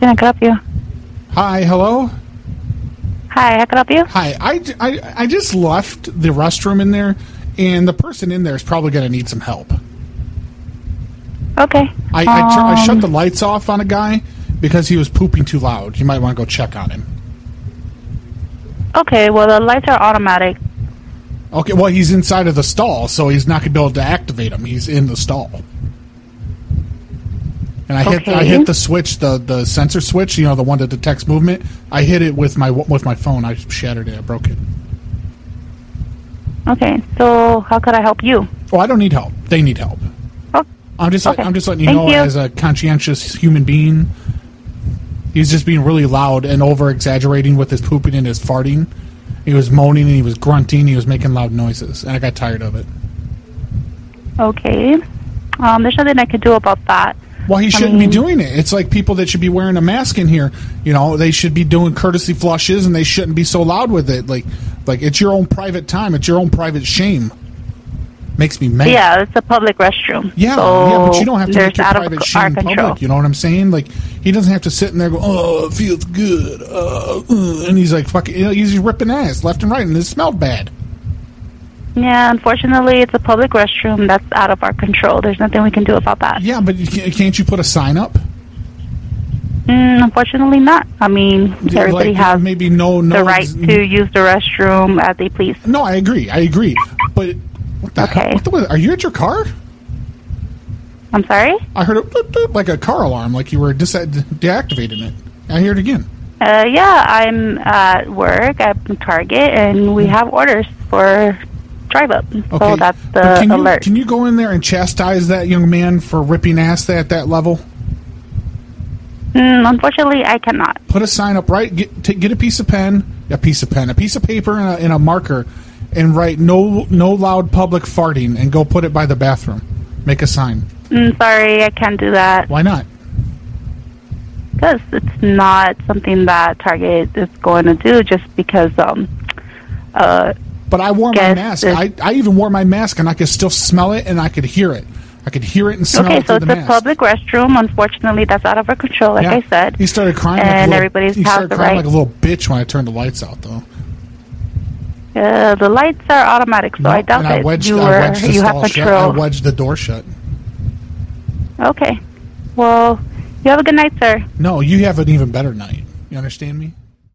Can I help you? Hi, hello. Hi, how can I help you? Hi, I, I, I just left the restroom in there, and the person in there is probably going to need some help. Okay. I, I, tur- I shut Um, the lights off on a guy because he was pooping too loud. You might want to go check on him. Okay, well, the lights are automatic. Okay, well, he's inside of the stall, so he's not going to be able to activate him. He's in the stall. And I hit I Okay. hit the switch, the the sensor switch, you know, the one that detects movement. I hit it with my with my phone. I shattered it. I broke it. Okay, so how could I help you? Oh, I don't need help. They need help. Oh, I'm just Okay. I'm just letting you Thank know you. as a conscientious human being. He's just being really loud and over exaggerating with his pooping and his farting. He was moaning and he was grunting. He was making loud noises, and I got tired of it. okay. Um, there's nothing I could do about that. Well, he shouldn't mean- be doing it. It's like people that should be wearing a mask in here. You know, they should be doing courtesy flushes, and they shouldn't be so loud with it. Like, like it's your own private time. It's your own private shame. Makes me mad. Yeah, it's a public restroom. Yeah, so yeah, but you don't have to there's make your out private of shit our in control. public. You know what I'm saying? Like he doesn't have to sit in there and go, "Oh, it feels good," uh, uh," and he's like, "Fucking," you know, he's ripping ass left and right, and it smelled bad. Yeah, unfortunately, it's a public restroom. That's out of our control. There's nothing we can do about that. Yeah, but you ca- can't you put a sign up? Mm, unfortunately, not. I mean, everybody like, has maybe no, no the right ex- to use the restroom as they please. No, I agree. I agree. But what the Okay. hell? What the, are you at your car? I'm sorry? I heard a bloop, bloop, like a car alarm, like you were dis- deactivating it. I hear it again. Uh, yeah, I'm at work at Target, and we have orders for drive up. Mm-hmm. Okay, So Oh, that's But can the you, alert. Can you go in there and chastise that young man for ripping ass at that level? mm, unfortunately, I cannot. Put a sign up, right? Get ta- get a piece of pen, a piece of pen, a piece of paper, and a, and a marker, and write no no loud public farting, and go put it by the bathroom. Make a sign. Mm, sorry, I can't do that Why not? because it's not something that Target is going to do just because. Um, uh, But I wore my Guess mask. it's- I, I even wore my mask, and I could still smell it, and I could hear it. I could hear it and smell okay, so it through it's the a mask. public restroom. Unfortunately, that's out of our control, like Yeah. I said. He started crying. And like a little, everybody's he started has the crying right. like a little bitch when I turned the lights out, though. Uh, the lights are automatic, so I doubt and I that wedged, you I were wedged the you have stall shut. I control. wedged the door shut. Okay. Well, you have a good night, sir. No, you have an even better night. You understand me?